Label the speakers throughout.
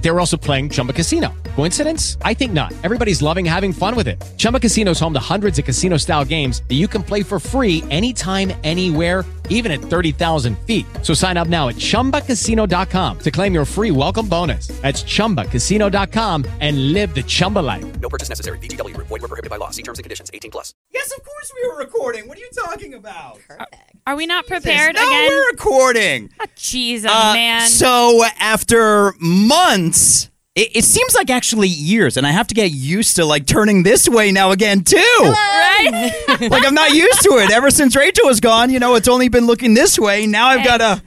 Speaker 1: They were also playing Chumba Casino. Coincidence? I think not. Everybody's loving having fun with it. Chumba Casino is home to hundreds of casino style games that you can play for free anytime, anywhere even at 30,000 feet. So sign up now at ChumbaCasino.com to claim your free welcome bonus. That's ChumbaCasino.com and live the Chumba life.
Speaker 2: No purchase necessary. VGW Group. Void were prohibited by law. See terms and conditions. 18 plus.
Speaker 3: Yes, of course we were recording. What are you talking about?
Speaker 4: Are we not prepared
Speaker 3: no,
Speaker 4: again?
Speaker 3: we're recording.
Speaker 4: Oh, jeez, oh,
Speaker 3: Uh,
Speaker 4: man.
Speaker 3: So after months, it, it seems like actually years, and I have to get used to like turning this way now again too. Uh,
Speaker 4: right?
Speaker 3: Like I'm not used to it. Ever since Rachel was gone, you know, it's only been looking this way. Now I've got to.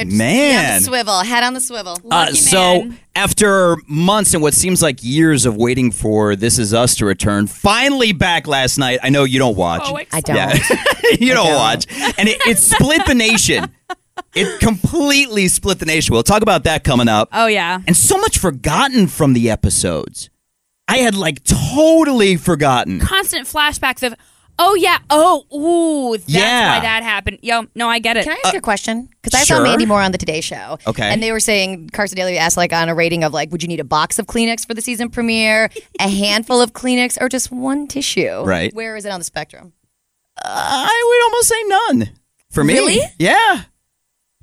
Speaker 5: On
Speaker 3: Man.
Speaker 5: the swivel, head on the swivel.
Speaker 3: Uh,
Speaker 4: Lucky
Speaker 3: so
Speaker 4: man.
Speaker 3: after months and what seems like years of waiting for This Is Us to return, finally back last night. I know you don't watch.
Speaker 4: Oh,
Speaker 5: I don't.
Speaker 3: you don't watch. And it, it split the nation. It completely split the nation. We'll talk about that coming up.
Speaker 4: oh, yeah.
Speaker 3: And so much forgotten from the episodes. I had like totally forgotten.
Speaker 4: Constant flashbacks of, oh, yeah, oh, ooh, that's
Speaker 3: Yeah.
Speaker 4: why that happened. Yo, no, I get it.
Speaker 5: Can I ask you a question? Because I
Speaker 3: sure.
Speaker 5: saw Mandy Moore on the Today Show.
Speaker 3: Okay.
Speaker 5: And they were saying Carson Daly asked like on a rating of like, would you need a box of Kleenex for the season premiere, a handful of Kleenex, or just one tissue?
Speaker 3: Right.
Speaker 5: Where is it on the spectrum?
Speaker 3: I would almost say none for me.
Speaker 4: Really?
Speaker 3: Yeah.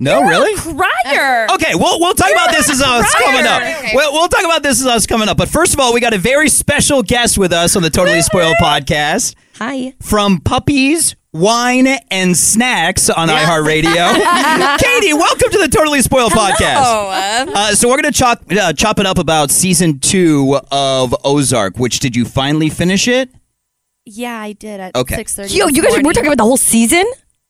Speaker 3: No, really?
Speaker 4: Crier.
Speaker 3: Uh, Okay, we'll we'll talk about this is us coming up.
Speaker 5: Okay.
Speaker 3: We'll, we'll talk about this is us coming up. But first of all, we got a very special guest with us on the Totally Spoiled podcast
Speaker 5: Hi.
Speaker 3: from Puppies, Wine, and Snacks on iHeartRadio. Katie, welcome to the Totally Spoiled podcast.
Speaker 4: Oh,
Speaker 3: Uh, so we're gonna chop uh, chop it up about season two of Ozark. Which did you finally finish it?
Speaker 4: Yeah, I did at
Speaker 3: Okay.
Speaker 4: 6.30
Speaker 5: Yo, you guys, we're talking about the whole season.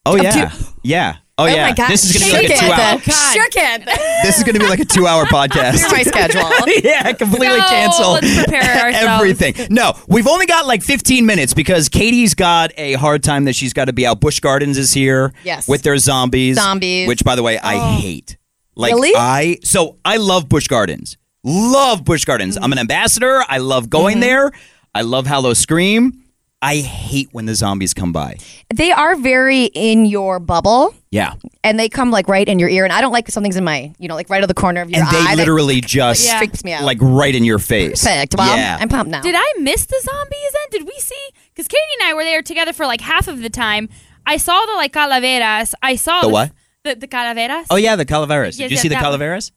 Speaker 3: Oh yeah, yeah. Oh, yeah.
Speaker 5: my God.
Speaker 3: This is gonna
Speaker 5: Shake
Speaker 3: be like a
Speaker 5: it.
Speaker 3: two hour.
Speaker 4: Oh, God.
Speaker 5: Sure can.
Speaker 3: This is gonna be like a two hour podcast.
Speaker 5: Here's my schedule.
Speaker 3: yeah, completely
Speaker 4: No,
Speaker 3: cancel
Speaker 4: let's prepare ourselves.
Speaker 3: everything. No, we've only got like 15 minutes because Katie's got a hard time that she's got to be out. Bush Gardens is here.
Speaker 5: Yes.
Speaker 3: With their zombies.
Speaker 5: Zombies.
Speaker 3: Which, by the way, I hate. Like,
Speaker 5: Really?
Speaker 3: I, so I love Bush Gardens. Love Bush Gardens. I'm an ambassador. I love going there. I love Hallow Scream. I hate when the zombies come by.
Speaker 5: They are very in your bubble.
Speaker 3: Yeah.
Speaker 5: And they come like right in your ear, and I don't like something's in my, you know, like right out of the corner of your
Speaker 3: And
Speaker 5: eye.
Speaker 3: they
Speaker 5: that
Speaker 3: literally just,
Speaker 4: Yeah.
Speaker 5: freaks me out.
Speaker 3: like, right in your face.
Speaker 5: perfect. Well,
Speaker 3: yeah.
Speaker 5: I'm, I'm pumped now.
Speaker 4: Did I miss the zombies then? Did we see? Because Katie and I were there together for like half of the time. I saw the like calaveras. I saw
Speaker 3: The what?
Speaker 4: The, the calaveras.
Speaker 3: oh, yeah, the Calaveras.
Speaker 4: Yes,
Speaker 3: Did you
Speaker 4: yes,
Speaker 3: see the
Speaker 4: that one.
Speaker 3: Calaveras?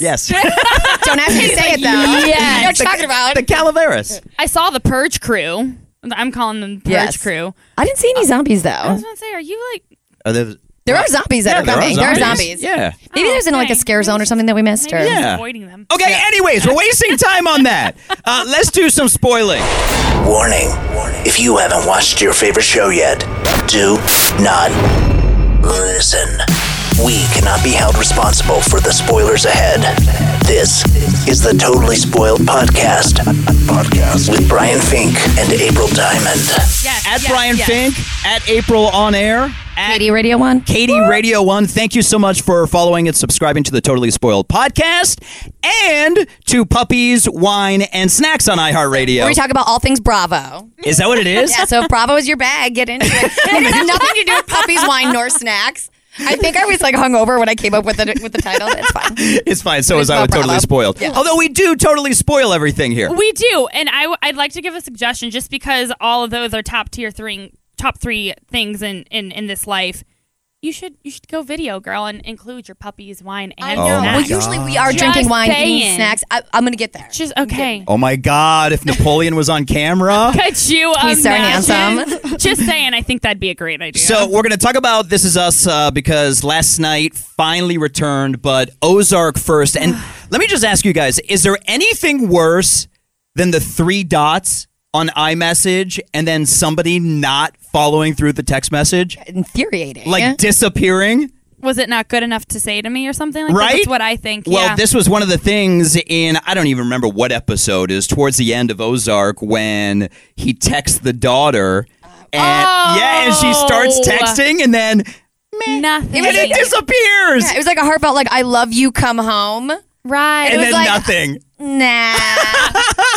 Speaker 3: Yes.
Speaker 5: Don't ask me to say it though.
Speaker 4: Yes.
Speaker 5: You know what you're talking about.
Speaker 3: The Calaveras.
Speaker 4: I saw the purge crew. I'm calling them purge
Speaker 5: Yes.
Speaker 4: crew.
Speaker 5: I didn't see any zombies
Speaker 4: I
Speaker 5: though.
Speaker 4: was gonna say, are you like
Speaker 3: Are those-
Speaker 5: There are zombies that
Speaker 3: Yeah,
Speaker 5: are coming. There are zombies.
Speaker 3: Yeah.
Speaker 5: Maybe
Speaker 4: Oh,
Speaker 5: there's in like a
Speaker 4: dang.
Speaker 5: scare zone or something that we missed. Or
Speaker 4: maybe
Speaker 3: Yeah.
Speaker 4: yeah. avoiding them?
Speaker 3: Okay, anyways, we're wasting time on that. Uh, let's do some spoiling.
Speaker 6: Warning. If you haven't watched your favorite show yet, do not listen. We cannot be held responsible for the spoilers ahead. This is the Totally Spoiled Podcast. Podcast with Brian Fink and April Diamond.
Speaker 4: Yes.
Speaker 3: At
Speaker 4: yes,
Speaker 3: Brian
Speaker 4: yes.
Speaker 3: Fink, at April On Air, at
Speaker 5: Katie Radio One.
Speaker 3: Katie Radio 1. Thank you so much for following and subscribing to the Totally Spoiled podcast and to Puppies, Wine, and Snacks on
Speaker 5: Where
Speaker 3: iHeartRadio.
Speaker 5: we talk about all things Bravo.
Speaker 3: Is that what it is?
Speaker 5: Yeah, so if Bravo is your bag, get into it. It has nothing to do with puppies, wine, nor snacks. I think I was like hungover when I came up with the with the title. That's fine.
Speaker 3: It's fine. So is I with
Speaker 5: about
Speaker 3: Totally
Speaker 5: Bravo.
Speaker 3: Spoiled. Although we do totally spoil everything here.
Speaker 4: We do, and I w- I'd like to give a suggestion, just because all of those are top tier three, top three things in in in this life. You should you should go video girl and include your puppies, wine, and
Speaker 3: know.
Speaker 4: snacks.
Speaker 5: well, usually we are
Speaker 4: Just
Speaker 5: drinking wine, eating
Speaker 4: saying.
Speaker 5: snacks. I, I'm gonna get there.
Speaker 4: Just okay.
Speaker 3: Oh my God, if Napoleon was on camera.
Speaker 4: Could you
Speaker 5: He's so
Speaker 4: imagine?
Speaker 5: handsome.
Speaker 4: Just saying, I think that'd be a great idea.
Speaker 3: So we're going to talk about This Is Us uh, because last night finally returned, but Ozark first. And let me just ask you guys: Is there anything worse than the three dots on iMessage and then somebody not following through the text message,
Speaker 5: Infuriating.
Speaker 3: like disappearing?
Speaker 4: was it not good enough to say to me or something like
Speaker 3: Right?
Speaker 4: that? That's what I think.
Speaker 3: Well,
Speaker 4: yeah.
Speaker 3: this was one of the things in I don't even remember what episode is towards the end of Ozark when he texts the daughter, and yeah, and she starts
Speaker 4: Oh.
Speaker 3: texting, and then
Speaker 4: nothing.
Speaker 3: and it disappears.
Speaker 5: Yeah, it was like a heartfelt like I love you, come home.
Speaker 4: right.
Speaker 3: and
Speaker 5: was
Speaker 3: then
Speaker 5: like-
Speaker 3: nothing.
Speaker 5: Nah,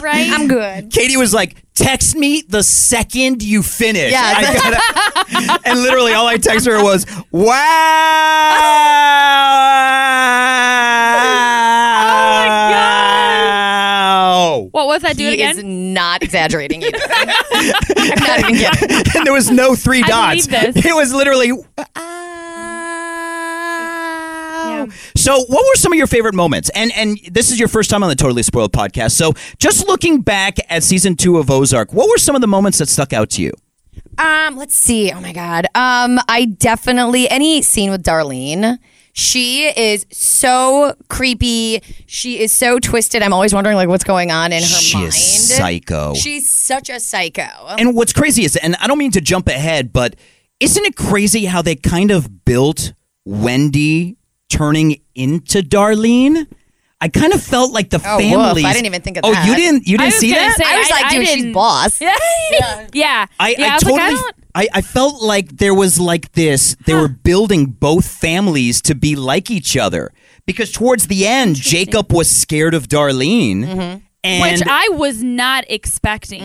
Speaker 4: right.
Speaker 5: I'm good.
Speaker 3: Katie was like, Text me the second you finish.
Speaker 5: Yeah,
Speaker 3: I gotta- and literally, all I text her was, "Wow."
Speaker 4: What was that? Do it
Speaker 5: he
Speaker 4: again.
Speaker 5: is not exaggerating either. I'm not even kidding.
Speaker 3: and there was no three
Speaker 4: I
Speaker 3: dots.
Speaker 4: believe this.
Speaker 3: It was literally. "Wow." So, what were some of your favorite moments? And and this is your first time on the Totally Spoiled podcast. So, just looking back at season two of Ozark, what were some of the moments that stuck out to you?
Speaker 5: Um, let's see. Oh my god. Um, I definitely any scene with Darlene. She is so creepy. She is so twisted. I'm always wondering like what's going on in her
Speaker 3: she
Speaker 5: mind.
Speaker 3: is psycho.
Speaker 5: She's such a psycho.
Speaker 3: and what's crazy is, and I don't mean to jump ahead, but isn't it crazy how they kind of built Wendy turning into Darlene? I kind of felt like the
Speaker 5: Oh, woof. I
Speaker 3: family.
Speaker 5: didn't even think of
Speaker 3: oh,
Speaker 5: that.
Speaker 3: you didn't? You
Speaker 4: I
Speaker 3: didn't
Speaker 4: was
Speaker 3: see
Speaker 4: gonna
Speaker 3: that?
Speaker 4: say,
Speaker 5: I was
Speaker 4: I-
Speaker 5: like,
Speaker 4: I
Speaker 5: dude, she's
Speaker 4: didn't-
Speaker 5: boss.
Speaker 4: yeah. yeah.
Speaker 3: I,
Speaker 4: Yeah,
Speaker 3: I,
Speaker 4: was like,
Speaker 3: totally.
Speaker 4: don't-
Speaker 3: I, I felt like there was like this. They were building both families to be like each other because towards the end, Jacob was scared of Darlene, and
Speaker 4: Which I was not expecting.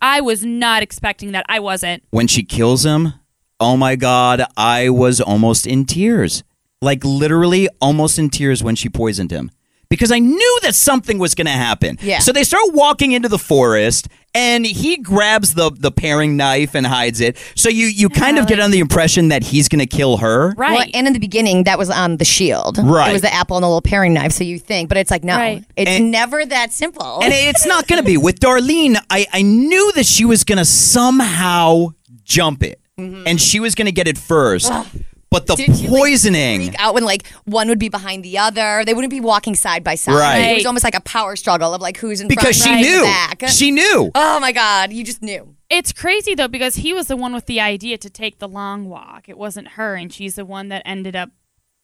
Speaker 4: I was not expecting that. I wasn't.
Speaker 3: when she kills him, oh my god, I was almost in tears. Like literally almost in tears when she poisoned him. Because I knew that something was gonna happen.
Speaker 5: Yeah.
Speaker 3: So they start walking into the forest and he grabs the the paring knife and hides it. So you you kind
Speaker 5: Uh-huh.
Speaker 3: of get on the impression that he's gonna kill her.
Speaker 4: Right.
Speaker 5: Well, and in the beginning, that was on the shield.
Speaker 3: Right.
Speaker 5: It was the apple and the little paring knife. So you think, but it's like, no,
Speaker 4: Right.
Speaker 5: it's
Speaker 3: And-
Speaker 5: never that simple.
Speaker 3: And it's not gonna be. With Darlene, I, I knew that she was gonna somehow jump it. And she was gonna get it first. But the
Speaker 5: Mm-hmm. Didn't you, like,
Speaker 3: poisoning
Speaker 5: freak out when like one would be behind the other. They wouldn't be walking side by side.
Speaker 3: Right.
Speaker 5: It was almost like a power struggle of like who's in
Speaker 3: because she
Speaker 5: front, who's
Speaker 3: knew.
Speaker 5: back.
Speaker 3: She knew.
Speaker 5: oh my god, you just knew.
Speaker 4: it's crazy though because he was the one with the idea to take the long walk. It wasn't her, and she's the one that ended up.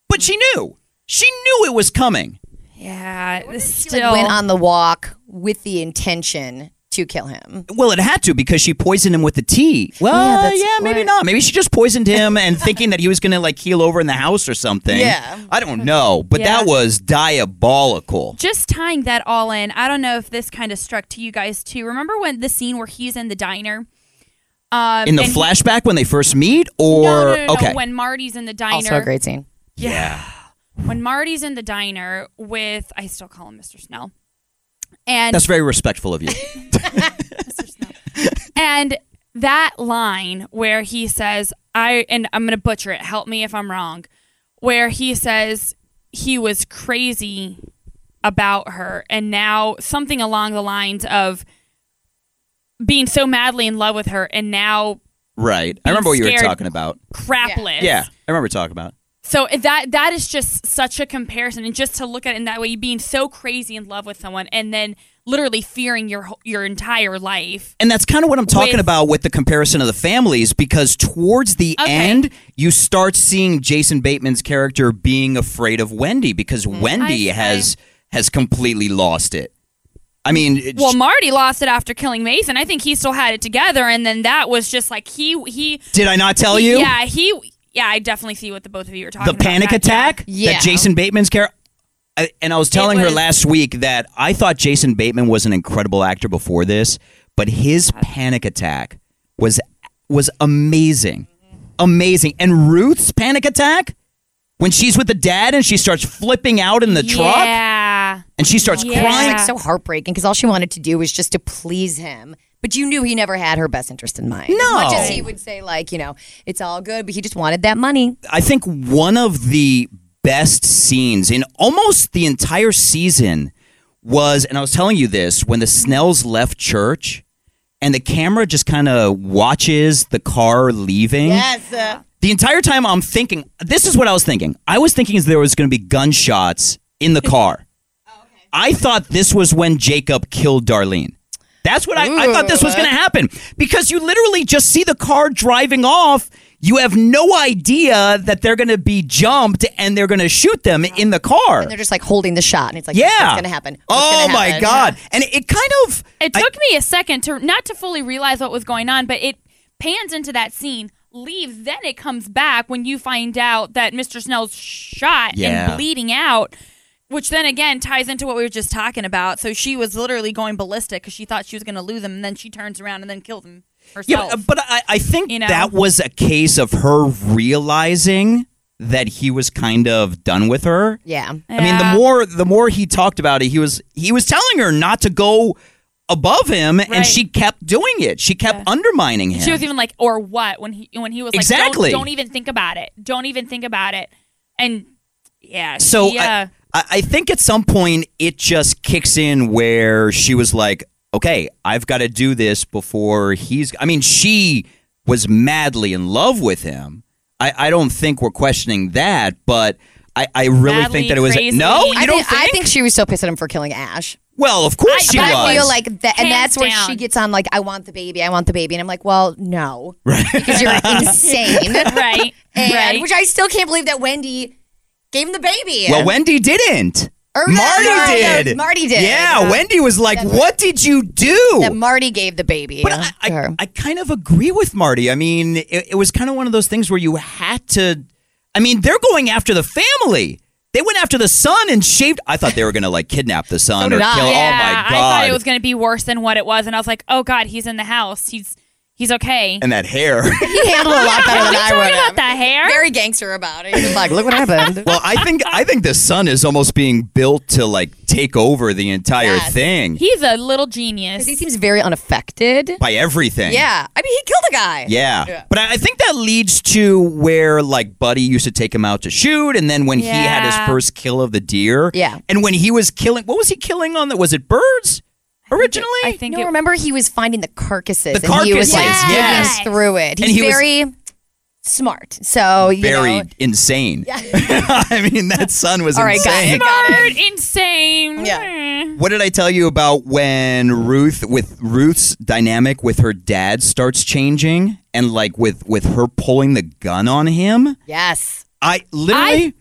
Speaker 3: But she knew. She knew it was coming.
Speaker 4: Yeah.
Speaker 5: She
Speaker 4: Still.
Speaker 5: like, went on the walk with the intention to kill him.
Speaker 3: Well, it had to because she poisoned him with the tea. Well,
Speaker 5: that's
Speaker 3: yeah, maybe
Speaker 5: smart.
Speaker 3: not. Maybe she just poisoned him and thinking that he was going to like heal over in the house or something.
Speaker 5: Yeah.
Speaker 3: I don't know, but
Speaker 4: Yeah.
Speaker 3: that was diabolical.
Speaker 4: just tying that all in, I don't know if this kind of struck to you guys too. Remember when the scene where he's in the diner? Um,
Speaker 3: In the
Speaker 4: and he-
Speaker 3: flashback when they first meet or
Speaker 4: No, no, no, no,
Speaker 3: okay.
Speaker 4: when Marty's in the diner.
Speaker 5: Also a great scene.
Speaker 3: yeah.
Speaker 4: When Marty's in the diner with, I still call him Mr. Snell. And
Speaker 3: That's very respectful of you.
Speaker 4: And that line where he says, I, and I'm going to butcher it, help me if I'm wrong, where he says he was crazy about her and now something along the lines of being so madly in love with her and now
Speaker 3: right. I remember what you were
Speaker 4: scared.
Speaker 3: talking about.
Speaker 4: crapless.
Speaker 3: Yeah. I remember talking about.
Speaker 4: So that that is just such a comparison and just to look at it in that way you being so crazy in love with someone and then literally fearing your whole- your entire life.
Speaker 3: And that's kind of what I'm talking
Speaker 4: With-
Speaker 3: about with the comparison of the families because towards the
Speaker 4: Okay.
Speaker 3: end, you start seeing Jason Bateman's character being afraid of Wendy because Wendy
Speaker 4: Mm. I-
Speaker 3: has has completely lost it. I mean, it-
Speaker 4: Well,
Speaker 3: she
Speaker 4: Marty lost it after killing Mason. I think he still had it together, and then that was just like he he.
Speaker 3: did I not tell you?
Speaker 4: Yeah, he. Yeah, I definitely see what the both of you were talking
Speaker 3: the
Speaker 4: about.
Speaker 3: panic
Speaker 4: that,
Speaker 3: attack
Speaker 5: Yeah.
Speaker 3: that Jason Bateman's character. And I was telling her
Speaker 4: was-
Speaker 3: last week that I thought Jason Bateman was an incredible actor before this, but his panic attack was was amazing, amazing. And Ruth's panic attack when she's with the dad and she starts flipping out in the
Speaker 4: Yeah.
Speaker 3: truck
Speaker 4: Yeah.
Speaker 3: and she starts
Speaker 4: Yeah.
Speaker 5: It's
Speaker 3: crying.
Speaker 5: like so heartbreaking because all she wanted to do was just to please him. But you knew he never had her best interest in mind.
Speaker 3: No.
Speaker 5: As much as he would say, like, you know, it's all good, but he just wanted that money.
Speaker 3: I think one of the best scenes in almost the entire season was, and I was telling you this, when the Snells left church and the camera just kind of watches the car leaving. The entire time I'm thinking, this is what I was thinking. I was thinking is there was going to be gunshots in the car. I thought this was when Jacob killed Darlene. That's what I, I thought this was going to happen because you literally just see the car driving off. You have no idea that they're going to be jumped and they're going to shoot them in the car.
Speaker 5: They're just like holding the shot, and it's like,
Speaker 3: Yeah,
Speaker 5: what's going to happen? What's
Speaker 3: oh
Speaker 5: gonna
Speaker 3: my
Speaker 5: happen?
Speaker 3: god! And it kind of
Speaker 4: It
Speaker 3: I-
Speaker 4: took me a second to not to fully realize what was going on, but it pans into that scene, leaves, then it comes back when you find out that Mr. Snell's shot
Speaker 3: Yeah.
Speaker 4: and bleeding out Which then again ties into what we were just talking about. So she was literally going ballistic because she thought she was going to lose him, and then she turns around and then kills him herself.
Speaker 3: Yeah, but uh, I, I think
Speaker 4: You know?
Speaker 3: that was a case of her realizing that he was kind of done with her.
Speaker 5: Yeah.
Speaker 3: I mean,
Speaker 4: Yeah.
Speaker 3: the more the more he talked about it, he was he was telling her not to go above him,
Speaker 4: Right.
Speaker 3: and she kept doing it. She kept undermining him.
Speaker 4: She was even like, "Or what?" When he when he was like,
Speaker 3: Exactly.
Speaker 4: Don't, don't even think about it. Don't even think about it." And yeah,
Speaker 3: so
Speaker 4: she, uh,
Speaker 3: I, I, I think at some point it just kicks in where she was like, okay, I've got to do this before he's. I mean, she was madly in love with him. I, I don't think we're questioning that, but I, I really
Speaker 4: Madly
Speaker 3: think that it was.
Speaker 4: crazy.
Speaker 3: No, you
Speaker 4: I
Speaker 5: I
Speaker 3: don't
Speaker 5: think, I think she was so pissed at him for killing Ash.
Speaker 3: well, of course she
Speaker 5: but
Speaker 3: was.
Speaker 5: I feel like that, and
Speaker 4: Hands
Speaker 5: that's where
Speaker 4: down.
Speaker 5: she gets on like, I want the baby, I want the baby, and I'm like, well, no, because you're insane,
Speaker 4: right,
Speaker 5: And,
Speaker 4: right.
Speaker 5: Which I still can't believe that Wendy gave him the baby.
Speaker 3: well, Wendy didn't.
Speaker 5: Or that-
Speaker 3: Marty
Speaker 5: no, no,
Speaker 3: did.
Speaker 5: Marty did.
Speaker 3: Yeah,
Speaker 5: Yeah.
Speaker 3: Wendy was like, "What did you do?"
Speaker 5: that Marty gave the baby.
Speaker 3: But I,
Speaker 5: to her.
Speaker 3: I, I kind of agree with Marty. I mean, it, it was kind of one of those things where you had to. I mean, they're going after the family. They went after the son and shaved. I thought they were going to like kidnap the son or
Speaker 5: did
Speaker 3: kill.
Speaker 5: I.
Speaker 4: yeah,
Speaker 3: oh my
Speaker 4: I thought
Speaker 3: god!
Speaker 4: it was going to be worse than what it was, and I was like, "Oh God, he's in the house. He's he's okay."
Speaker 3: and that hair.
Speaker 5: he handled it a lot better than I would.
Speaker 4: Talking about
Speaker 5: have.
Speaker 4: the hair,
Speaker 5: Very gangster about it. He was like, look what happened.
Speaker 3: well, I think I think the son is almost being built to like take over the entire
Speaker 5: Yes.
Speaker 3: thing
Speaker 4: he's a little genius.
Speaker 5: he seems very unaffected.
Speaker 3: by everything.
Speaker 5: Yeah, I mean, he killed a guy.
Speaker 3: Yeah.
Speaker 5: Yeah.
Speaker 3: But I I think that leads to where like Buddy used to take him out to shoot and then when he had his
Speaker 4: Yeah.
Speaker 3: first kill of the deer.
Speaker 5: Yeah.
Speaker 3: And when he was killing what was he killing on the was it birds originally?
Speaker 4: I think
Speaker 5: No,
Speaker 4: it,
Speaker 5: remember he was finding the carcases.
Speaker 3: The
Speaker 5: and he was like
Speaker 3: carcasses,
Speaker 4: yes.
Speaker 5: digging through it. He's
Speaker 3: And he was-
Speaker 5: very smart. So you
Speaker 3: Very
Speaker 5: know,
Speaker 3: insane. I mean that son was
Speaker 5: All right, guys.
Speaker 3: insane.
Speaker 4: smart, insane.
Speaker 5: Yeah.
Speaker 4: Mm.
Speaker 3: What did I tell you about when Ruth with Ruth's dynamic with her dad starts changing and like with with her pulling the gun on him?
Speaker 5: yes.
Speaker 3: I literally,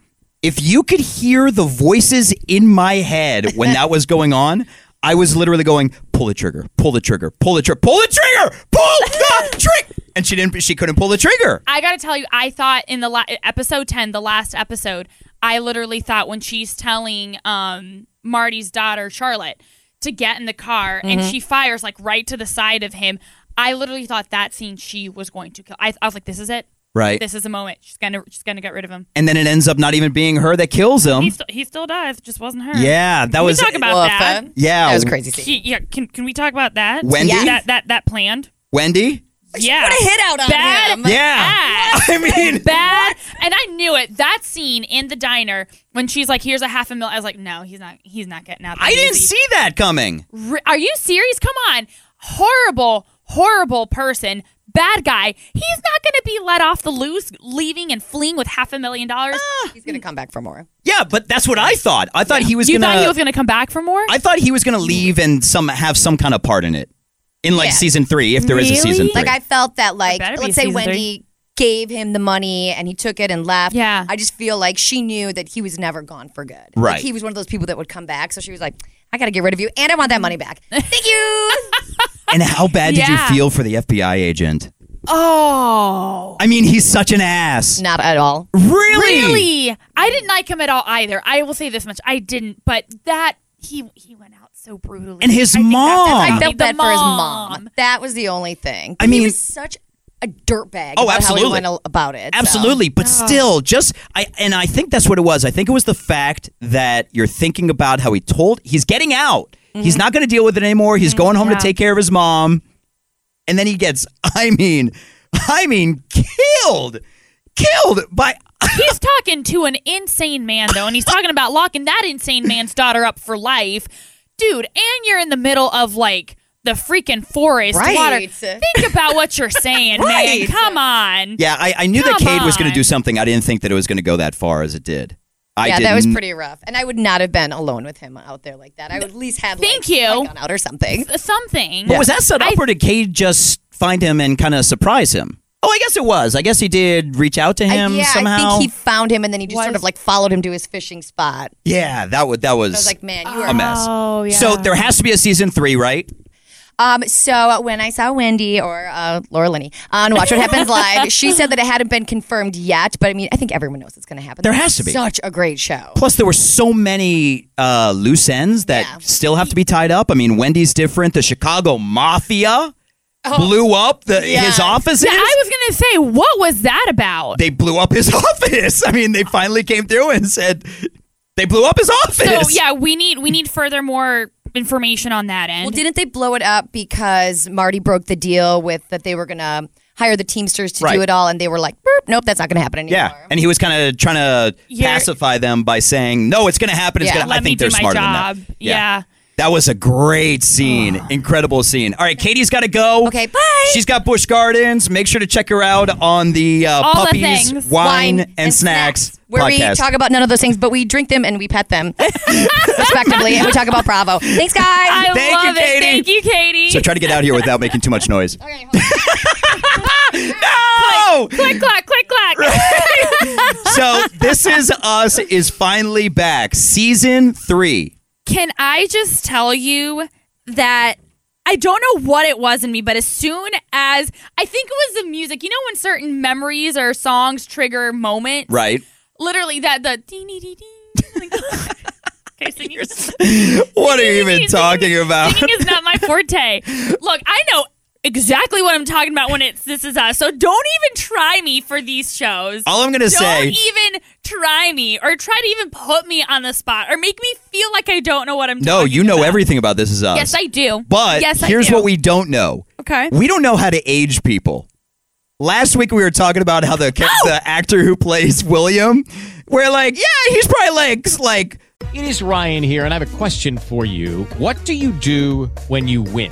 Speaker 3: if you could hear the voices in my head when that was going on, I was literally going, "Pull the trigger, pull the trigger, pull the trigger, pull the trigger, pull the trigger," and she didn't. She couldn't pull the trigger.
Speaker 4: I gotta tell you, I thought in the la- episode ten, the last episode, I literally thought when she's telling um, Marty's daughter Charlotte to get in the car
Speaker 3: Mm-hmm.
Speaker 4: and she fires like right to the side of him, I literally thought that scene she was going to kill. I, I was like, this is it.
Speaker 3: Right.
Speaker 4: This is the moment. She's gonna she's gonna get rid of him.
Speaker 3: And then it ends up not even being her that kills him.
Speaker 4: He still he still dies. It just wasn't her.
Speaker 3: yeah, that
Speaker 4: Can
Speaker 3: was
Speaker 4: we talk about
Speaker 5: Well,
Speaker 4: that.
Speaker 5: fun.
Speaker 3: Yeah.
Speaker 5: That was a crazy. Scene.
Speaker 4: He- yeah. Can can we talk about that?
Speaker 3: Wendy?
Speaker 5: Yes.
Speaker 4: That that that planned.
Speaker 3: Wendy.
Speaker 4: Yeah.
Speaker 5: Put a hit out on
Speaker 4: Bad
Speaker 5: him.
Speaker 3: Yeah,
Speaker 4: ass.
Speaker 3: I mean,
Speaker 4: bad. And I knew it. That scene in the diner when she's like, "Here's a half a mil," I was like, "No, he's not. He's not getting out." that
Speaker 3: I didn't
Speaker 4: easy."
Speaker 3: see that coming.
Speaker 4: R- Are you serious? Come on, horrible, horrible person, bad guy. He's not going to be let off the loose, leaving and fleeing with half a million dollars.
Speaker 5: He's gonna come back for more.
Speaker 3: Yeah, but that's what I thought. I thought he was
Speaker 4: you
Speaker 3: gonna.
Speaker 4: thought he was going to come back for more?
Speaker 3: I thought he was gonna leave and some have some kind of part in it, in like
Speaker 5: Yeah.
Speaker 3: season three, if there is a season
Speaker 4: Really?
Speaker 3: three.
Speaker 5: Like I felt that like
Speaker 4: better be
Speaker 5: let's say
Speaker 4: season
Speaker 5: Wendy
Speaker 4: three.
Speaker 5: gave him the money and he took it and left.
Speaker 4: Yeah.
Speaker 5: I just feel like she knew that he was never gone for good. Like,
Speaker 3: Right.
Speaker 5: he was one of those people that would come back. So she was like, I gotta get rid of you and I want that money back. Thank you.
Speaker 3: And how bad did
Speaker 4: Yeah.
Speaker 3: you feel for the FBI agent?
Speaker 4: oh,
Speaker 3: I mean, he's such an ass.
Speaker 5: Not at all.
Speaker 3: Really?
Speaker 4: really? I didn't like him at all either. I will say this much: I didn't. But that he he went out so brutally,
Speaker 3: And his
Speaker 4: I think that's-
Speaker 3: mom.
Speaker 4: that's-
Speaker 5: I
Speaker 3: Um,
Speaker 5: felt
Speaker 4: the
Speaker 5: bad for his mom. That was the only thing.
Speaker 3: I
Speaker 5: He
Speaker 3: mean-
Speaker 5: was such a dirtbag.
Speaker 3: Oh,
Speaker 5: about How
Speaker 3: absolutely.
Speaker 5: he went al- about it. so.
Speaker 3: Absolutely, but still, just I and I think that's what it was. I think it was the fact that you're thinking about how he told he's getting out. He's not going to deal with it anymore. He's going home
Speaker 4: yeah.
Speaker 3: to take care of his mom, and then he gets. I mean, I mean, killed, killed by.
Speaker 4: He's talking to an insane man though, and he's talking about locking that insane man's daughter up for life, dude. And you're in the middle of like the freaking forest,
Speaker 5: Right.
Speaker 4: water. Think about what you're saying, man. Come on.
Speaker 3: Yeah, I, I knew that
Speaker 4: Come
Speaker 3: Cade was going to
Speaker 4: on.
Speaker 3: do something. I didn't think that it was going to go that far as it did. I
Speaker 5: Yeah, that was
Speaker 3: didn't-
Speaker 5: pretty rough. And I would not have been alone with him out there like that. I would at least have
Speaker 4: Thank
Speaker 5: like,
Speaker 4: you.
Speaker 5: like, gone out or something.
Speaker 4: Something.
Speaker 3: But was that set up,
Speaker 4: I-
Speaker 3: or did Cade just find him and kind of surprise him? Oh, I guess it was. I guess he did reach out to
Speaker 5: I-
Speaker 3: him
Speaker 5: yeah,
Speaker 3: somehow.
Speaker 5: I think he found him and then he just sort
Speaker 4: Was-
Speaker 5: of like followed him to his fishing spot.
Speaker 3: yeah, that would that was,
Speaker 5: I was like, man, you
Speaker 3: a
Speaker 5: are.
Speaker 3: mess. Oh, yeah. So there has to be a season three, right?
Speaker 5: Um, so when I saw Wendy or uh, Laura Linney on Watch What Happens Live, she said that it hadn't been confirmed yet, but I mean, I think everyone knows it's going to happen.
Speaker 3: There
Speaker 5: This
Speaker 3: has
Speaker 5: is
Speaker 3: to be.
Speaker 5: such a great show.
Speaker 3: Plus, there were so many uh, loose ends that
Speaker 5: Yeah.
Speaker 3: still have to be tied up. I mean, Wendy's different. The Chicago Mafia
Speaker 5: Oh.
Speaker 3: blew up the, his offices.
Speaker 4: I was gonna say, what was that about?
Speaker 3: they blew up his office. I mean, they finally came through and said they blew up his
Speaker 4: so
Speaker 3: office.
Speaker 4: yeah, we need we need further more information on that end.
Speaker 5: Well, didn't they blow it up because Marty broke the deal with that they were going to hire the Teamsters to
Speaker 3: Right.
Speaker 5: do it all, and they were like, "Boop, nope, that's not going to happen anymore.
Speaker 3: Yeah, and he was kind of trying to
Speaker 4: You're-
Speaker 3: pacify them by saying, "No, it's going to happen. It's
Speaker 5: Yeah.
Speaker 3: gonna,
Speaker 4: Let
Speaker 3: I think
Speaker 4: me
Speaker 3: they're
Speaker 4: do my
Speaker 3: smarter
Speaker 4: job.
Speaker 3: than that."
Speaker 4: Yeah.
Speaker 3: That was a great scene, incredible scene. All right, Katie's got to go.
Speaker 5: Okay, bye.
Speaker 3: She's got Bush Gardens. Make sure to check her out on the uh,
Speaker 4: All the
Speaker 3: Puppies,
Speaker 4: things.
Speaker 3: Wine, and, Snacks,
Speaker 5: where
Speaker 3: podcast.
Speaker 5: we talk about none of those things, but we drink them and we pet them, respectively, and we talk about Bravo. Thanks, guys.
Speaker 4: I
Speaker 3: Thank you,
Speaker 4: love it.
Speaker 3: Katie.
Speaker 4: Thank you, Katie.
Speaker 3: so try to get out of here without making too much noise.
Speaker 5: Okay, hold on.
Speaker 3: No!
Speaker 4: click clack, click clack.
Speaker 3: so this is us is finally back, season three.
Speaker 4: Can I just tell you that I don't know what it was in me, but as soon as I think it was the music, you know, when certain memories or songs trigger moments,
Speaker 3: Right.
Speaker 4: Literally, that the ding ding ding ding. okay, singing,
Speaker 3: What are you even talking about?
Speaker 4: singing is not my forte. Look, I know exactly what I'm talking about when it's this is us. So don't even try me for these shows.
Speaker 3: All I'm gonna
Speaker 4: don't
Speaker 3: say
Speaker 4: even try me or try to even put me on the spot or make me feel like I don't know what I'm
Speaker 3: No,
Speaker 4: talking
Speaker 3: you know
Speaker 4: about.
Speaker 3: everything about this is us.
Speaker 4: Yes, I do.
Speaker 3: But
Speaker 4: yes, I
Speaker 3: here's
Speaker 4: do.
Speaker 3: what we don't know.
Speaker 4: Okay.
Speaker 3: We don't know how to age people. Last week we were talking about how the ca- the actor who plays William, we're like, yeah, he's probably like like
Speaker 1: It is Ryan here, and I have a question for you. What do you do when you win?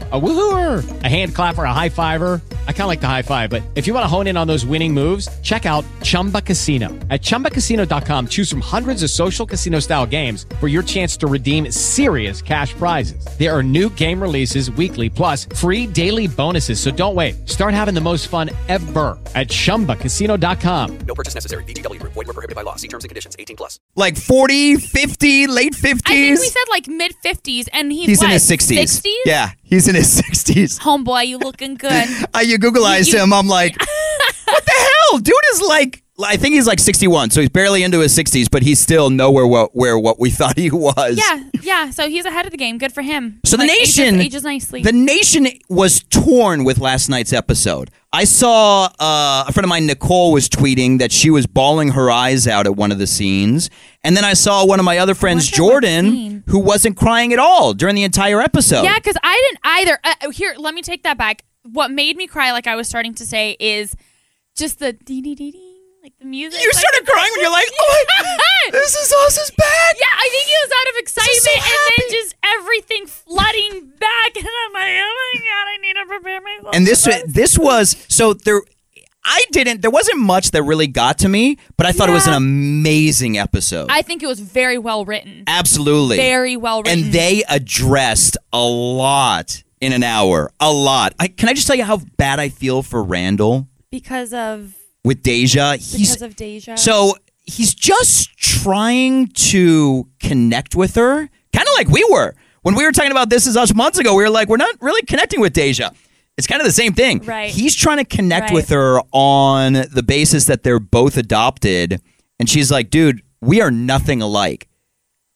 Speaker 1: a woohooer, a hand clapper, a high fiver? I kind of like the high five, but if you want to hone in on those winning moves, check out Chumba Casino. At chumbacasino.com, choose from hundreds of social casino style games for your chance to redeem serious cash prizes. There are new game releases weekly, plus free daily bonuses. So don't wait. Start having the most fun ever at chumbacasino.com.
Speaker 2: No purchase necessary. VGW Group. Void where prohibited by law. See terms and conditions. 18 plus.
Speaker 3: like 40, 50, late 50s.
Speaker 4: I think we said like mid 50s, and he
Speaker 3: he's
Speaker 4: what,
Speaker 3: in his 60s.
Speaker 4: 60s?
Speaker 3: Yeah, he's in his 60s.
Speaker 4: Homeboy, you looking good.
Speaker 3: I you Googleized
Speaker 4: You-
Speaker 3: him. I'm like, what the hell? Dude is like I think he's like 61, so he's barely into his 60s, but he's still nowhere what, where what we thought he was.
Speaker 4: yeah, yeah. So he's ahead of the game. Good for him.
Speaker 3: So the
Speaker 4: Like,
Speaker 3: nation
Speaker 4: ages, ages nicely.
Speaker 3: The nation was torn with last night's episode. I saw uh, a friend of mine, Nicole, was tweeting that she was bawling her eyes out at one of the scenes, and then I saw one of my other friends,
Speaker 4: wonder what
Speaker 3: Jordan,
Speaker 4: scene.
Speaker 3: who wasn't crying at all during the entire episode.
Speaker 4: yeah, because I didn't either. Uh, here, let me take that back. What made me cry, like I was starting to say, is just the dee dee dee dee, like the music.
Speaker 3: you
Speaker 4: like-
Speaker 3: started crying when you're like, "Oh, my, this is us is back."
Speaker 4: Yeah, I think he was out of excitement
Speaker 3: so
Speaker 4: and
Speaker 3: happy.
Speaker 4: then just everything flooding back. And I'm like, oh my God, I need to prepare myself.
Speaker 3: And this
Speaker 4: for this.
Speaker 3: this was so there. I didn't. There wasn't much that really got to me, but I thought it was an amazing episode.
Speaker 4: I think it was very well written.
Speaker 3: Absolutely,
Speaker 4: Very well written.
Speaker 3: and they addressed a lot in an hour. A lot. I, can I just tell you how bad I feel for Randall
Speaker 4: because of
Speaker 3: with Deja? He's
Speaker 4: because of Deja.
Speaker 3: so he's just trying to connect with her, kind of like we were when we were talking about this is us months ago. We were like, we're not really connecting with Deja. It's kind of the same thing.
Speaker 4: Right.
Speaker 3: He's trying to connect
Speaker 4: Right.
Speaker 3: with her on the basis that they're both adopted, and she's like, dude, we are nothing alike.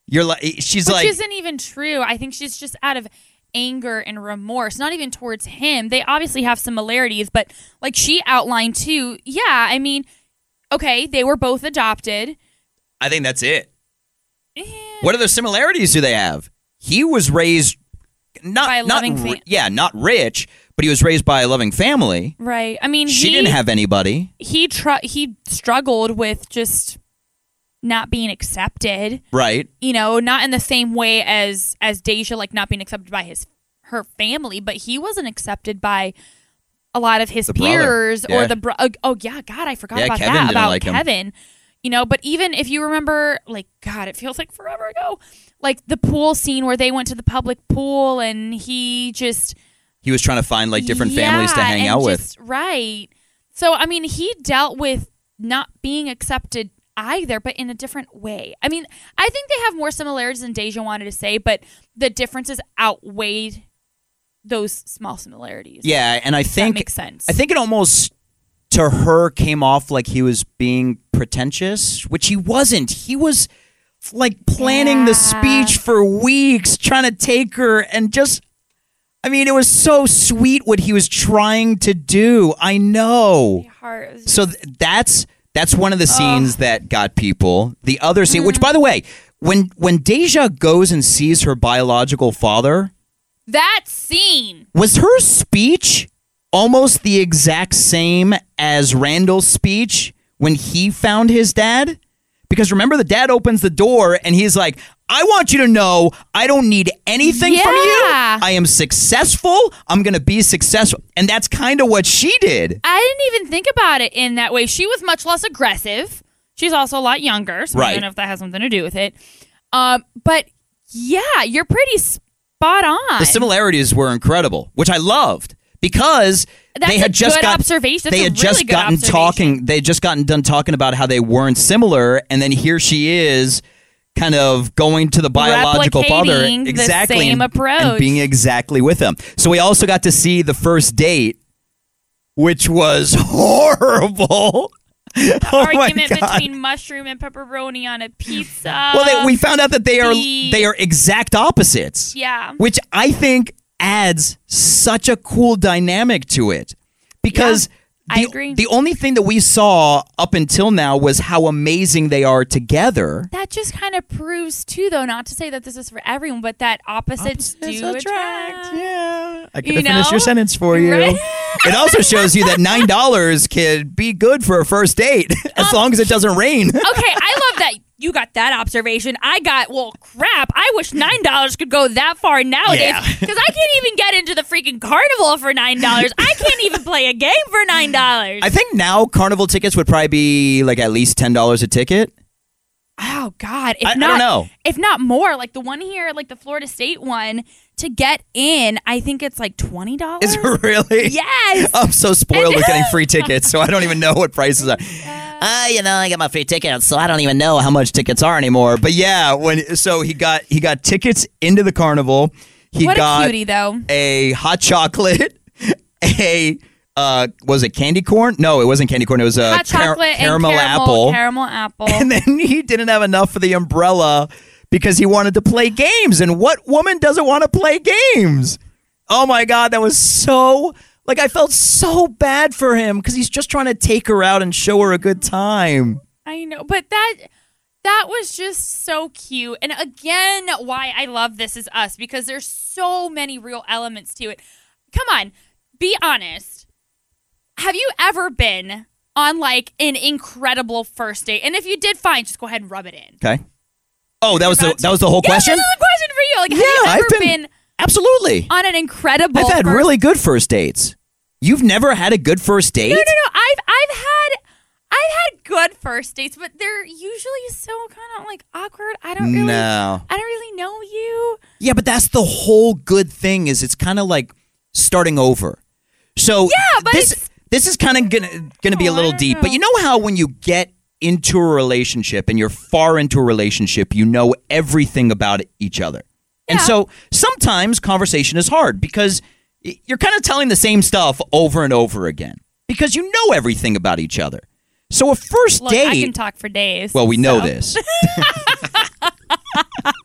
Speaker 3: You're like, she's
Speaker 4: which
Speaker 3: like,
Speaker 4: isn't even true. I think she's just out of anger and remorse, not even towards him. They obviously have similarities, but like she outlined too. Yeah, I mean, okay, they were both adopted. Eh,
Speaker 3: I think that's it. What other similarities do they have? He was raised not
Speaker 4: By a
Speaker 3: not
Speaker 4: loving
Speaker 3: ri-
Speaker 4: fam-
Speaker 3: yeah, not rich, but he was raised by a loving family.
Speaker 4: Right. I mean,
Speaker 3: She
Speaker 4: he,
Speaker 3: didn't have anybody,
Speaker 4: he tr- he struggled with just not being accepted.
Speaker 3: right?
Speaker 4: you know, not in the same way as as Deja, like not being accepted by his her family, but he wasn't accepted by a lot of his
Speaker 3: The brother,
Speaker 4: peers
Speaker 3: yeah.
Speaker 4: or the bro- oh, oh yeah, God, I forgot
Speaker 3: Yeah,
Speaker 4: about
Speaker 3: Kevin
Speaker 4: that
Speaker 3: didn't
Speaker 4: about
Speaker 3: like him.
Speaker 4: Kevin. You know, but even if you remember, like God, it feels like forever ago, like the pool scene where they went to the public pool and he just
Speaker 3: He was trying to find like different families to
Speaker 4: yeah,
Speaker 3: hang
Speaker 4: and
Speaker 3: out with.
Speaker 4: just- Right. So I mean, he dealt with not being accepted either, but in a different way. I mean, I think they have more similarities than Deja wanted to say, but the differences outweighed those small similarities.
Speaker 3: Yeah, and I think
Speaker 4: makes sense.
Speaker 3: I think it almost to her came off like he was being pretentious, which he wasn't. He was like planning the speech for weeks, trying to take her and just I mean, it was so sweet what he was trying to do. I know.
Speaker 4: Heart was
Speaker 3: So th- that's that's one of the scenes that got people. The other scene, which by the way, when when Deja goes and sees her biological father,
Speaker 4: That scene.
Speaker 3: was her speech almost the exact same as Randall's speech when he found his dad? Because remember, the dad opens the door and he's like, I want you to know I don't need anything from you.
Speaker 4: Yeah.
Speaker 3: I am successful. I'm going to be successful. And that's kind of what she did.
Speaker 4: I didn't even think about it in that way. She was much less aggressive. She's also a lot younger, so I
Speaker 3: Right.
Speaker 4: don't know if that has something to do with it. Um, but yeah, you're pretty spot on.
Speaker 3: The similarities were incredible, which I loved because
Speaker 4: That's
Speaker 3: they had
Speaker 4: a
Speaker 3: just
Speaker 4: good
Speaker 3: got-
Speaker 4: observation. That's
Speaker 3: they
Speaker 4: a
Speaker 3: had
Speaker 4: really
Speaker 3: just
Speaker 4: good
Speaker 3: gotten
Speaker 4: observation.
Speaker 3: talking. They had just gotten done talking about how they weren't similar, and then here she is, kind of going to the biological father
Speaker 4: Replicating the
Speaker 3: exactly
Speaker 4: same
Speaker 3: and, and
Speaker 4: approach.
Speaker 3: being exactly with him. So we also got to see the first date, which was horrible. Oh my
Speaker 4: argument
Speaker 3: God.
Speaker 4: between mushroom and pepperoni on a pizza.
Speaker 3: Well, they, we found out that they are
Speaker 4: the-
Speaker 3: they are exact opposites.
Speaker 4: Yeah.
Speaker 3: which I think adds such a cool dynamic to it because.
Speaker 4: I
Speaker 3: the,
Speaker 4: agree.
Speaker 3: The only thing that we saw up until now was how amazing they are together.
Speaker 4: that just kind of proves too, though, not to say that this is for everyone, but that opposites, do attract.
Speaker 3: Yeah, I could
Speaker 4: You
Speaker 3: finish
Speaker 4: know?
Speaker 3: your sentence for you.
Speaker 4: Right?
Speaker 3: It also shows you that nine dollars can be good for a first date as
Speaker 4: Um,
Speaker 3: long as it doesn't rain.
Speaker 4: okay, I love that you got that observation. I got well, crap. I wish nine dollars could go that far nowadays
Speaker 3: Yeah.
Speaker 4: because I can't even get into the freaking carnival for nine dollars. I can't even play a game for nine dollars.
Speaker 3: I think now carnival tickets would probably be like at least ten dollars a ticket.
Speaker 4: Oh God! If
Speaker 3: I- I don't
Speaker 4: not,
Speaker 3: know.
Speaker 4: If not more, like the one here, like the Florida State one, to get in, I think it's like twenty dollars.
Speaker 3: Is it really?
Speaker 4: Yes.
Speaker 3: I'm so spoiled with getting free tickets, so I don't even know what prices are. Ah, you know, I get my free tickets, so I don't even know how much tickets are anymore. But yeah, when so he got he got tickets into the carnival. He
Speaker 4: What a
Speaker 3: got
Speaker 4: cutie, though.
Speaker 3: a hot chocolate, a uh, was it candy corn? No, it wasn't candy corn. It was a
Speaker 4: Hot chocolate and
Speaker 3: caramel, apple.
Speaker 4: Caramel apple.
Speaker 3: and then he didn't have enough for the umbrella because he wanted to play games. And what woman doesn't want to play games? Oh my God, that was so. Like, I felt so bad for him because he's just trying to take her out and show her a good time.
Speaker 4: I know, but that that was just so cute. And again, why I love This Is Us because there's so many real elements to it. Come on, be honest. Have you ever been on like an incredible first date? And if you did, fine, just go ahead and rub it in.
Speaker 3: Okay. Oh, that was the that was the whole
Speaker 4: Yeah,
Speaker 3: question.
Speaker 4: This is a question for you. Like, have you ever been,
Speaker 3: absolutely.
Speaker 4: on an incredible?
Speaker 3: I've had
Speaker 4: first-
Speaker 3: really good first dates. You've never had a good first date?
Speaker 4: No, no, no. I've I've had I've had good first dates, but they're usually so kind of like awkward. I don't really
Speaker 3: No.
Speaker 4: I don't really know you.
Speaker 3: Yeah, but that's the whole good thing is it's kind of like starting over. So yeah,
Speaker 4: but
Speaker 3: this
Speaker 4: it's-
Speaker 3: this is kind of gonna gonna be a
Speaker 4: Oh, I
Speaker 3: little
Speaker 4: don't
Speaker 3: deep. But
Speaker 4: know.
Speaker 3: you know how when you get into a relationship and you're far into a relationship, you know everything about each other, and
Speaker 4: Yeah.
Speaker 3: so sometimes conversation is hard because y- you're kind of telling the same stuff over and over again because you know everything about each other. So a first
Speaker 4: Look,
Speaker 3: date.
Speaker 4: I can talk for days.
Speaker 3: well, we know
Speaker 4: so
Speaker 3: this.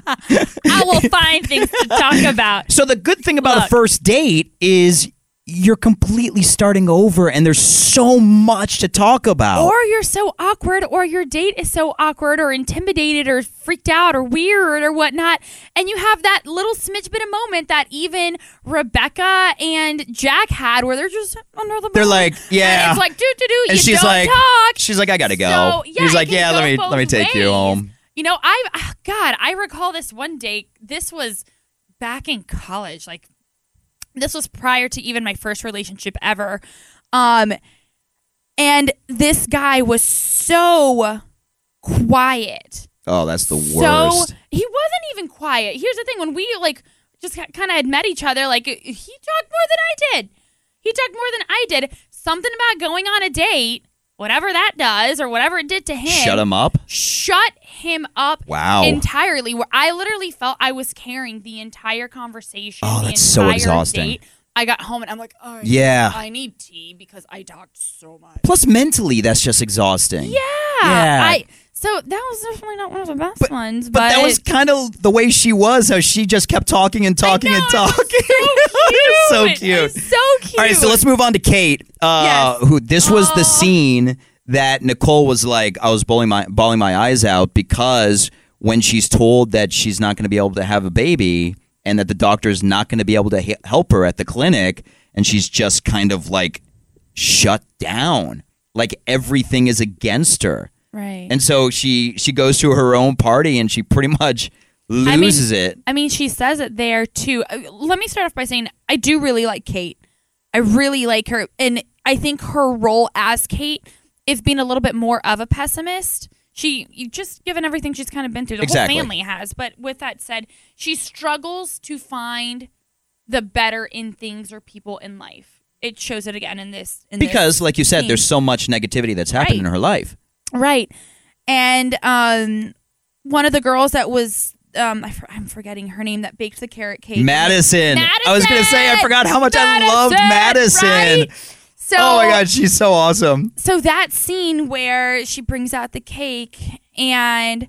Speaker 4: I will find things to talk about.
Speaker 3: So the good thing about a
Speaker 4: Look.
Speaker 3: first date is you're completely starting over and there's so much to talk about.
Speaker 4: Or you're so awkward, or your date is so awkward, or intimidated, or freaked out, or weird, or whatnot. And you have that little smidge bit of moment that even Rebecca and Jack had where they're just under the
Speaker 3: They're
Speaker 4: bone.
Speaker 3: like, yeah.
Speaker 4: And it's like, do, do, do.
Speaker 3: and
Speaker 4: you
Speaker 3: she's
Speaker 4: don't
Speaker 3: like
Speaker 4: talk.
Speaker 3: she's like I got to go.
Speaker 4: So, yeah,
Speaker 3: He's
Speaker 4: it
Speaker 3: like,
Speaker 4: can
Speaker 3: "Yeah,
Speaker 4: go
Speaker 3: let me let me
Speaker 4: both
Speaker 3: take you
Speaker 4: ways.
Speaker 3: home."
Speaker 4: You know, I ah, God, I recall this one day. This was back in college. Like this was prior to even my first relationship ever. Um and this guy was so quiet.
Speaker 3: Oh, that's the
Speaker 4: So
Speaker 3: worst.
Speaker 4: he wasn't even quiet. Here's the thing: when we like just kind of had met each other, like he talked more than I did. He talked more than I did. Something about going on a date whatever that does or whatever it did to him,
Speaker 3: Shut him up.
Speaker 4: shut him up
Speaker 3: Wow.
Speaker 4: entirely where i literally felt i was carrying the entire conversation
Speaker 3: Oh,
Speaker 4: the
Speaker 3: that's so
Speaker 4: entire
Speaker 3: exhausting.
Speaker 4: date. i got home and i'm like oh
Speaker 3: Yeah.
Speaker 4: i need tea because i talked so much
Speaker 3: Plus, mentally, that's just exhausting. Yeah. Yeah.
Speaker 4: i so that was definitely not one of the best ones but,
Speaker 3: But, that was kind of the way she was. How she just kept talking and talking
Speaker 4: I know,
Speaker 3: and talking.
Speaker 4: it was
Speaker 3: so
Speaker 4: so
Speaker 3: cute.
Speaker 4: cute. It was so cute.
Speaker 3: All right, so let's move on to Kate. Uh,
Speaker 4: Yes.
Speaker 3: Who this was the scene that Nicole was like, I was bawling my bawling my eyes out because when she's told that she's not going to be able to have a baby and that the doctor's not going to be able to he- help her at the clinic, and she's just kind of like shut down, like everything is against her.
Speaker 4: right
Speaker 3: And so she she goes to her own party and she pretty much loses it.
Speaker 4: I mean, she says it there too. Uh, Let me start off by saying I do really like Kate. I really like her. And I think her role as Kate is being a little bit more of a pessimist. She, you- just given everything she's kind of been through, the
Speaker 3: Exactly.
Speaker 4: whole family has. But with that said, she struggles to find the better in things or people in life. It shows it again in this. In this
Speaker 3: Because like you said,
Speaker 4: scene.
Speaker 3: there's so much negativity that's happened
Speaker 4: Right.
Speaker 3: in her life.
Speaker 4: Right. And um, one of the girls that was, um, I, for- I'm forgetting her name, that baked the carrot cake.
Speaker 3: Madison. I was gonna say I
Speaker 4: Madison!
Speaker 3: forgot how much I loved Madison.
Speaker 4: Madison, right? So,
Speaker 3: Oh my god, she's so awesome.
Speaker 4: So that scene where she brings out the cake and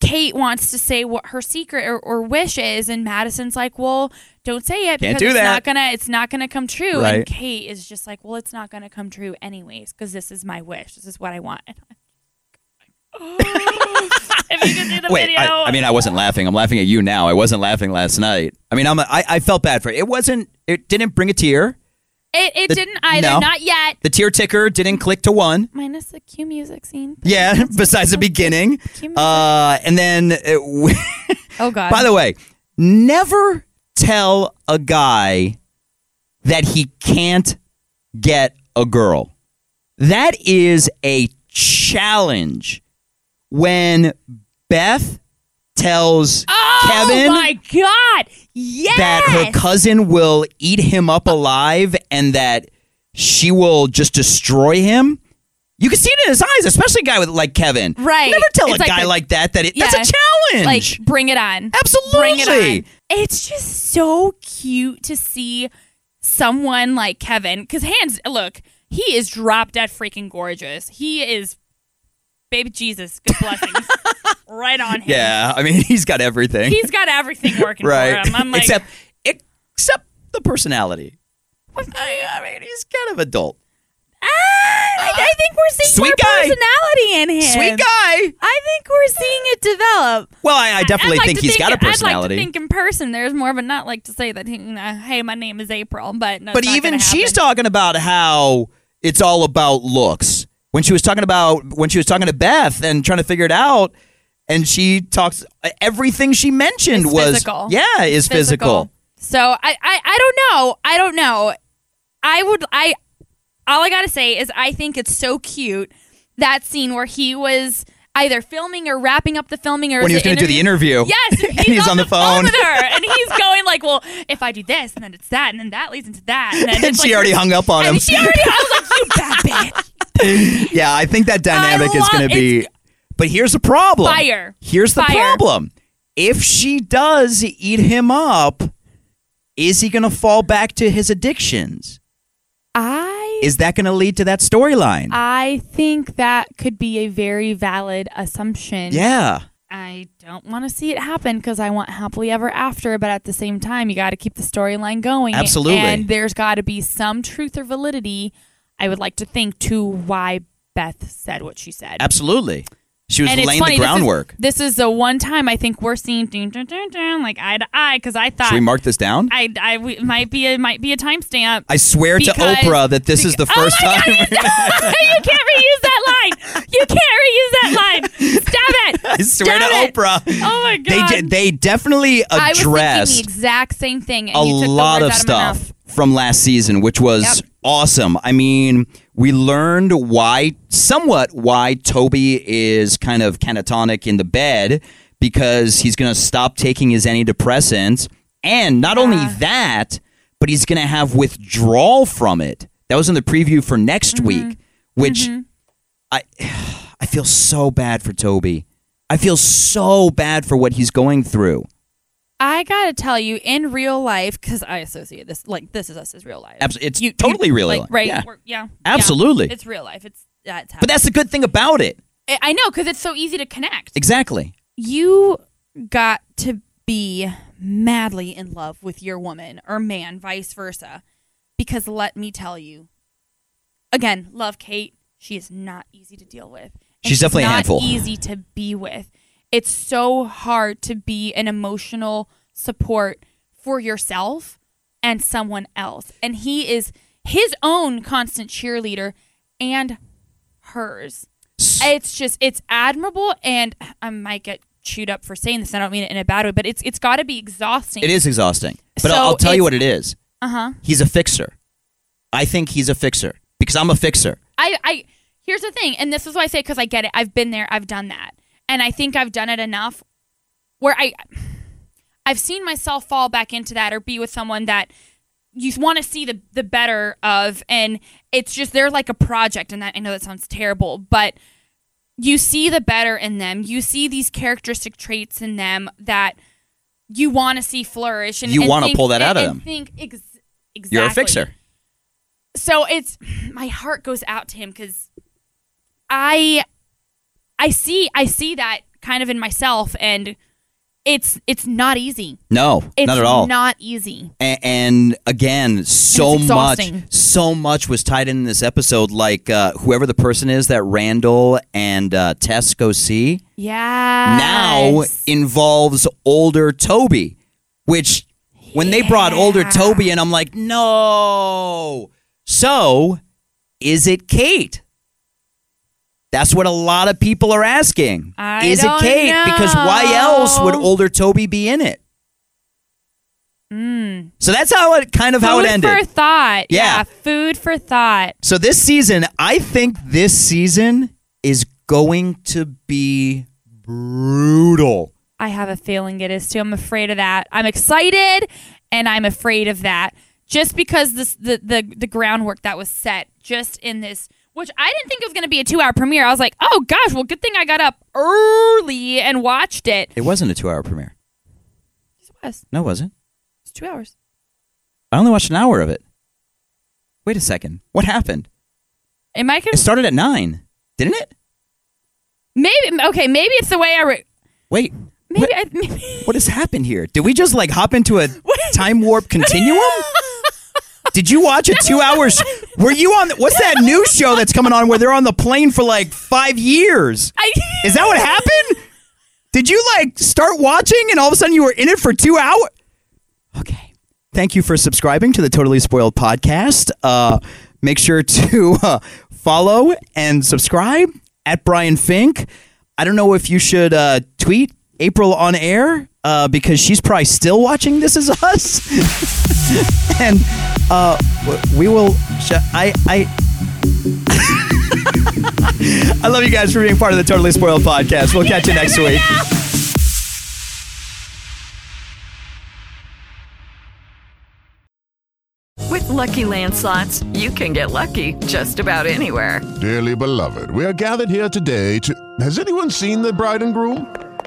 Speaker 4: Kate wants to say what her secret or, or wish is, and Madison's like, "Well, don't say it
Speaker 3: Can't
Speaker 4: because
Speaker 3: do
Speaker 4: it's
Speaker 3: that.
Speaker 4: not gonna it's not gonna come true."
Speaker 3: Right.
Speaker 4: And Kate is just like, "Well, it's not gonna come true anyways because this is my wish. This is what I want." "Oh." if you can see the
Speaker 3: Wait,
Speaker 4: video,
Speaker 3: I, I mean I wasn't laughing. I'm laughing at you now. I wasn't laughing last night. I mean I'm a, I, I felt bad for it. It wasn't it didn't bring a tear.
Speaker 4: it, it
Speaker 3: the-
Speaker 4: didn't either.
Speaker 3: no.
Speaker 4: Not yet.
Speaker 3: The tear ticker didn't click to one.
Speaker 4: Minus the cue music scene.
Speaker 3: Yeah, besides the beginning.
Speaker 4: Cue music.
Speaker 3: Uh, and then it,
Speaker 4: oh God.
Speaker 3: By the way, never tell a guy that he can't get a girl. That is a challenge. When Beth tells Kevin
Speaker 4: Oh my God! Yes.
Speaker 3: that her cousin will eat him up alive and that she will just destroy him. You can see it in his eyes, especially a guy with like Kevin.
Speaker 4: Right.
Speaker 3: Never tell
Speaker 4: It's
Speaker 3: a
Speaker 4: like
Speaker 3: guy
Speaker 4: a-
Speaker 3: like that that it, that's a
Speaker 4: Yeah.
Speaker 3: challenge.
Speaker 4: Like, bring it on.
Speaker 3: Absolutely.
Speaker 4: Bring it on. It's just so cute to see someone like Kevin, because hands, look, he is drop dead freaking gorgeous. He is, baby Jesus, good blessings. right on him.
Speaker 3: Yeah, I mean, he's got everything.
Speaker 4: He's got everything working
Speaker 3: right.
Speaker 4: for him. I'm like,
Speaker 3: except except the personality. I, I mean, he's kind of adult.
Speaker 4: ah, I, I think we're seeing
Speaker 3: Sweet
Speaker 4: more
Speaker 3: guy.
Speaker 4: personality in him.
Speaker 3: Sweet guy.
Speaker 4: I think we're seeing it develop.
Speaker 3: Well, I, I definitely
Speaker 4: I'd like
Speaker 3: think
Speaker 4: to
Speaker 3: he's got a personality.
Speaker 4: I'd like to think in person there's more of a not like to say that, he- uh, hey, my name is April, but no,
Speaker 3: but
Speaker 4: it's not
Speaker 3: even
Speaker 4: gonna
Speaker 3: she's
Speaker 4: happen.
Speaker 3: talking about how it's all about looks. When she was talking about when she was talking to Beth and trying to figure it out, and she talks everything she mentioned
Speaker 4: It's
Speaker 3: was
Speaker 4: physical.
Speaker 3: yeah is physical.
Speaker 4: So I, I, I don't know. I don't know. I would, I, all I gotta say is I think it's so cute that scene where he was either filming or wrapping up the filming or
Speaker 3: When he was
Speaker 4: going
Speaker 3: going
Speaker 4: to
Speaker 3: to do the interview,
Speaker 4: Yes,
Speaker 3: and he's, on, the phone,
Speaker 4: with her, and he's going like, "Well, if I do this, and then it's that, and then that leads into that." And, then
Speaker 3: and
Speaker 4: it's
Speaker 3: she
Speaker 4: like-
Speaker 3: already hung up on him.
Speaker 4: And she already. I was like, "You bad bitch."
Speaker 3: Yeah, I think that dynamic
Speaker 4: I
Speaker 3: is
Speaker 4: love-
Speaker 3: going to be. But here's the problem.
Speaker 4: Fire.
Speaker 3: Here's the
Speaker 4: Fire.
Speaker 3: problem. If she does eat him up, is he going to fall back to his addictions?
Speaker 4: I
Speaker 3: Is that going to lead to that storyline?
Speaker 4: I think that could be a very valid assumption.
Speaker 3: yeah.
Speaker 4: I don't want to see it happen because I want happily ever after, but at the same time, you got to keep the storyline going.
Speaker 3: Absolutely.
Speaker 4: And there's got to be some truth or validity, I would like to think, to why Beth said what she said.
Speaker 3: Absolutely. She was
Speaker 4: And it's
Speaker 3: laying
Speaker 4: funny,
Speaker 3: the
Speaker 4: this is-
Speaker 3: groundwork.
Speaker 4: This is, the one time I think we're seeing dun, dun, dun, dun, like eye to eye because I thought
Speaker 3: Should we mark this down? I,
Speaker 4: I, I we, might be a might be a timestamp.
Speaker 3: swear
Speaker 4: Because-
Speaker 3: to Oprah that this is the first
Speaker 4: oh my
Speaker 3: time.
Speaker 4: God, you, you can't reuse that line. You can't reuse that line. Stop it.
Speaker 3: I swear
Speaker 4: Stop
Speaker 3: to
Speaker 4: it.
Speaker 3: Oprah.
Speaker 4: Oh my
Speaker 3: They,
Speaker 4: god.
Speaker 3: did- they definitely
Speaker 4: I was thinking the
Speaker 3: addressed
Speaker 4: exact same thing. And
Speaker 3: a
Speaker 4: you took the
Speaker 3: lot of
Speaker 4: words out my
Speaker 3: stuff
Speaker 4: mouth.
Speaker 3: from last season, which was
Speaker 4: Yep.
Speaker 3: awesome. I mean, we learned why, somewhat, why Toby is kind of catatonic in the bed because he's going to stop taking his antidepressants. And not only
Speaker 4: Mm-hmm.
Speaker 3: that, but he's going to have withdrawal from it. That was in the preview for next week, which I I feel so bad for Toby. I feel so bad for what he's going through.
Speaker 4: I gotta tell you, in real life, because I associate this like this is us as real life.
Speaker 3: Abs- it's totally real
Speaker 4: like,
Speaker 3: life,
Speaker 4: right?
Speaker 3: yeah.
Speaker 4: we're- yeah,
Speaker 3: Absolutely.
Speaker 4: yeah. It's real life. It's that's.
Speaker 3: But that's the good thing about it.
Speaker 4: I I know because it's so easy to connect.
Speaker 3: Exactly.
Speaker 4: you got to be madly in love with your woman or man, vice versa. Because let me tell you, again, love Kate. She is not easy to deal with. And
Speaker 3: She's definitely a
Speaker 4: not
Speaker 3: handful.
Speaker 4: Easy to be with. It's so hard to be an emotional support for yourself and someone else. And he is his own constant cheerleader and hers. It's just it's admirable, and I might get chewed up for saying this. and I don't mean it in a bad way, but it's it's got to be exhausting.
Speaker 3: It is exhausting. But
Speaker 4: So
Speaker 3: I'll, I'll tell you
Speaker 4: it's-
Speaker 3: what it is.
Speaker 4: Uh huh.
Speaker 3: He's a fixer. I think he's a fixer because I'm a fixer.
Speaker 4: I I here's the thing, and this is why I say because I get it. I've been there. I've done that, and I think I've done it enough where I I've seen myself fall back into that or be with someone that you want to see the the better of, and it's just they're like a project. And that I know that sounds terrible, but you see the better in them. You see these characteristic traits in them that you want to see flourish. And
Speaker 3: You
Speaker 4: and
Speaker 3: wanna
Speaker 4: think-
Speaker 3: pull that
Speaker 4: and-
Speaker 3: out of them.
Speaker 4: and Think ex- exactly.
Speaker 3: You're a fixer.
Speaker 4: So it's my heart goes out to him because I I see I see that kind of in myself, and it's it's not easy.
Speaker 3: No,
Speaker 4: It's
Speaker 3: not at all.
Speaker 4: Not easy.
Speaker 3: A- and again, so
Speaker 4: it's
Speaker 3: much,
Speaker 4: exhausting.
Speaker 3: so much was tied in this episode. Like uh, whoever the person is that Randall and uh, Tess go see
Speaker 4: Yeah.
Speaker 3: now involves older Toby, which when they brought older Toby, and I'm like, no. So, is it Kate? That's what a lot of people are asking.
Speaker 4: I
Speaker 3: is
Speaker 4: don't
Speaker 3: it Kate? Because why else would
Speaker 4: know.
Speaker 3: older Toby be in it?
Speaker 4: Hmm.
Speaker 3: So that's how it kind of how
Speaker 4: food
Speaker 3: it ended.
Speaker 4: for thought.
Speaker 3: Yeah.
Speaker 4: Food for thought.
Speaker 3: So this season, I think this season is going to be brutal.
Speaker 4: I have a feeling it is too. I'm afraid of that. I'm excited and I'm afraid of that. Just because this the the, the groundwork that was set just in this which I didn't think it was going to be a 2-hour premiere. I was like, "Oh gosh, well good thing I got up early and watched it."
Speaker 3: It wasn't a two-hour premiere.
Speaker 4: It was.
Speaker 3: No, it wasn't.
Speaker 4: It's 2 hours.
Speaker 3: I only watched an hour of it. Wait a second. What happened?
Speaker 4: Am I con-
Speaker 3: It started at nine, didn't it?
Speaker 4: maybe okay, maybe it's the way I re-
Speaker 3: Wait.
Speaker 4: maybe
Speaker 3: What,
Speaker 4: I maybe
Speaker 3: what has happened here? Did we just like hop into a time warp continuum? Did you watch a two hours? Were you on? The, what's that new show that's coming on where they're on the plane for like five years?
Speaker 4: I
Speaker 3: Is that what happened? Did you like start watching and all of a sudden you were in it for two hours? Okay. Thank you for subscribing to the Totally Spoiled podcast. Uh, make sure to uh, follow and subscribe at Brian Fink. I don't know if you should uh, tweet April on air uh, because she's probably still watching This Is Us. and uh, w- we will. Sh- I. I I love you guys for being part of the Totally Spoiled podcast. We'll catch you next week.
Speaker 7: With Lucky Land slots, you can get lucky just about anywhere.
Speaker 8: Dearly beloved, we are gathered here today to. Has anyone seen the bride and groom?